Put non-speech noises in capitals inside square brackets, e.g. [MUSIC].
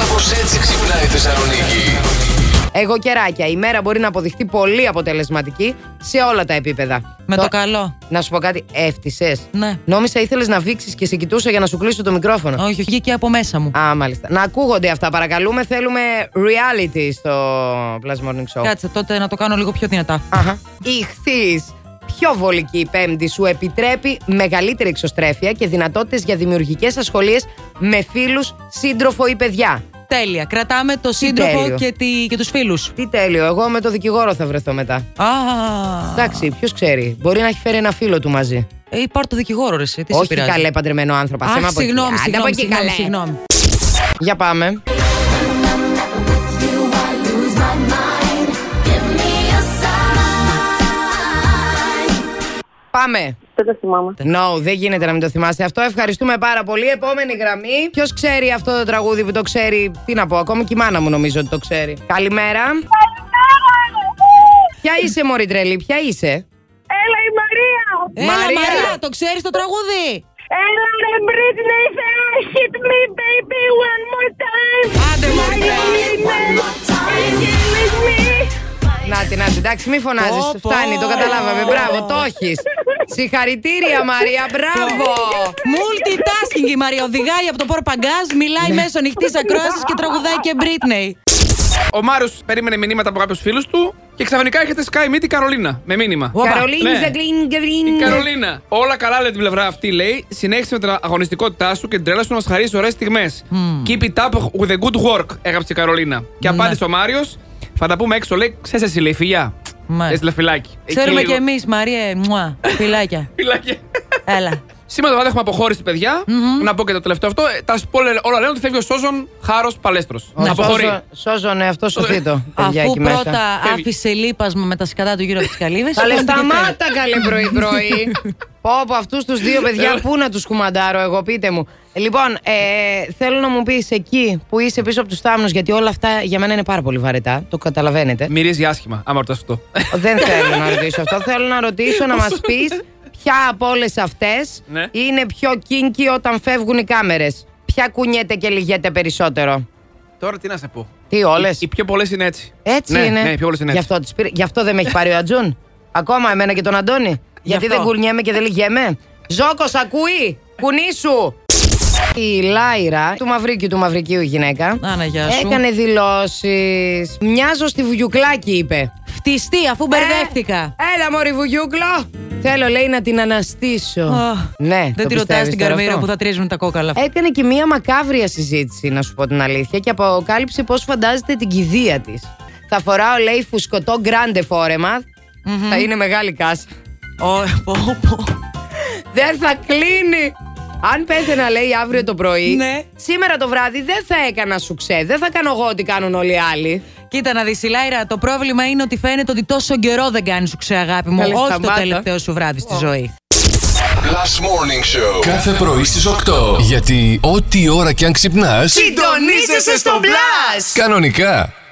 Κάπως έτσι ξυπνάει η Θεσσαλονίκη. Εγώ κεράκια. Η μέρα μπορεί να αποδειχθεί πολύ αποτελεσματική σε όλα τα επίπεδα. Με Τω- το καλό. Να σου πω κάτι, έφτισε. Ναι. Νόμισα ήθελες να βήξεις και σε κοιτούσα για να σου κλείσω το μικρόφωνο. Όχι, όχι, βγήκε από μέσα μου. Α, μάλιστα. Να ακούγονται αυτά, παρακαλούμε. Θέλουμε reality στο Plus Morning Show. Κάτσε τότε να το κάνω λίγο πιο δυνατά. Αχα. Η χθής πιο βολική η πέμπτη σου επιτρέπει μεγαλύτερη εξωστρέφεια και δυνατότητες για δημιουργικές ασχολίες με φίλους, σύντροφο ή παιδιά. Τέλεια. Κρατάμε το σύντροφο τέλειο. και, τη, και τους φίλους. Τι τέλειο, εγώ με το δικηγόρο θα βρεθώ μετά. Α. Εντάξει, ποιος ξέρει. Μπορεί να έχει φέρει ένα φίλο του μαζί. Ε, πάρ' το δικηγόρο, ρε. εσύ, Τι σε Όχι πειράζει. καλέ παντρεμένο άνθρωπο. Άσε με Αχ, από εκεί. συγγνώμη, Άντε από συγγνώμη, εκεί, συγγνώμη, καλέ. συγγνώμη. Για πάμε. Πάμε. Δεν το θυμάμαι. No, δεν γίνεται να μην το θυμάσαι αυτό. Ευχαριστούμε πάρα πολύ. Επόμενη γραμμή. Ποιος ξέρει αυτό το τραγούδι που το ξέρει. Τι να πω, ακόμα και η μάνα μου νομίζω ότι το ξέρει. Καλημέρα. Ποια είσαι, Μωρή Τρελή, ποια είσαι. Έλα η Μαρία! Έλα, Μαρία. Μαρία, το ξέρεις το τραγούδι. Έλα ρε Britney, Θεά, hit me baby one more time! Άντε, Μαρία. Να την, να την. Εντάξει, μη φωνάζεις. Πω, πω. Φτάνει, το καταλάβαμε. Μπράβο, το έχεις. [LAUGHS] Συγχαρητήρια, Μαρία, μπράβο. Multitasking η Μαρία οδηγάει από το Πορπαγκάζ, Ναι. μιλάει μέσω ανοιχτής ακρόασης και τραγουδάει και Britney. Ο Μάριο περίμενε μηνύματα από κάποιους φίλους του και ξαφνικά έρχεται Sky Meet η Καρολίνα με μήνυμα. Όπα. Καρολίνη, Ναι. Ζαγκλίν, Η Γκριν. Καρολίνα. Όλα καλά λέει την πλευρά αυτή, λέει. Συνέχισε με την αγωνιστικότητά σου και την τρέλα σου να μας χαρίσεις ωραίες στιγμές. Keep it up with the good work, έγραψε η Καρολίνα. Και απάντησε ο Μάριος. Θα τα πούμε έξω, λέει. Ξέρεις εσύ, λέει φιλιά. Μάλιστα. Έτσι, λέει φυλάκι. Εκεί Ναι. Ξέρουμε λίγο. κι εμείς, Μαρία, μουά, [LAUGHS] φιλάκια. Φυλάκι. Έλα. Σήμερα το βράδυ έχουμε αποχώρηση, παιδιά. Να πω και το τελευταίο αυτό. Ε, Τα spoiler όλα λένε ότι φεύγει ο Σόζον Χάρος Παλέστρος. Ο Αποχωρεί. Σόζον- Σόζον εαυτό σου θήτο. παιδιά, Αφού εκεί μέσα. πρώτα Φεύγει. άφησε λείπασμα με τα σκατά του γύρω από τις καλύβες. [LAUGHS] Καλέ, σταμάτα καλέ πρωί-πρωί. Πω από αυτούς τους δύο παιδιά, πού να τους κουμαντάρω, εγώ πείτε μου. Λοιπόν, ε, θέλω να μου πεις εκεί που είσαι πίσω από τους θάμνους, γιατί όλα αυτά για μένα είναι πάρα πολύ βαρετά. Το καταλαβαίνετε. Μυρίζει άσχημα, άμα ρωτάς αυτό. Δεν θέλω να ρωτήσω αυτό. Θέλω να ρωτήσω να μας πεις ποια από όλες αυτές Ναι. είναι πιο κίνκι όταν φεύγουν οι κάμερες. Ποια κουνιέται και λυγέται περισσότερο. Τώρα τι να σε πω. Τι, όλες. Οι, οι πιο πολλές είναι έτσι. Έτσι ναι, είναι. Ναι, οι πιο πολλές είναι Γι έτσι. αυτό, τις πήρε- γι' αυτό δεν με έχει πάρει ο Ατζούν. Ακόμα εμένα και τον Αντώνη. Γιατί αυτό. δεν κουρνιέμαι και δεν λυγέμαι. Ζόκο, ακούει! Κουνή σου! Η Λάιρα, του Μαυρίκιου του Μαυρικίου η γυναίκα, Άνα, ναι, γεια σου. έκανε δηλώσεις. Μοιάζω στη Βουγιουκλάκη, είπε. Φτιστή, αφού Ε, μπερδεύτηκα. Ε, έλα, Μωρή Βουγιούκλο! Θέλω, λέει, να την αναστήσω. Αχ, ναι, Δεν το τη ρωτάς πιστεύεις την τώρα καρμίρα αυτό? που θα τρίζουν τα κόκαλα. Έκανε και μία μακάβρια συζήτηση, να σου πω την αλήθεια, και αποκάλυψε πώς φαντάζεται την κηδεία της. Θα φοράω, λέει, φουσκωτό γκράντε φόρεμα. Θα είναι μεγάλη κάσα. Ω, πω, πω. Δεν θα κλείνει. Αν πέθαινα, λέει, αύριο το πρωί, Ναι. σήμερα το βράδυ δεν θα έκανα σουξέ. Δεν θα κάνω εγώ ό,τι κάνουν όλοι οι άλλοι. Κοίτα να δεις η Λάιρα, το πρόβλημα είναι ότι φαίνεται ότι τόσο καιρό δεν κάνεις σου ξεαγάπη μου, Καλέ, όχι το σταμάτα. τελευταίο σου βράδυ στη ζωή. Last Morning Show. Κάθε πρωί στις 8. Γιατί ό,τι ώρα κι αν ξυπνάς, Συντονίζεσαι στο μπλα! κανονικά.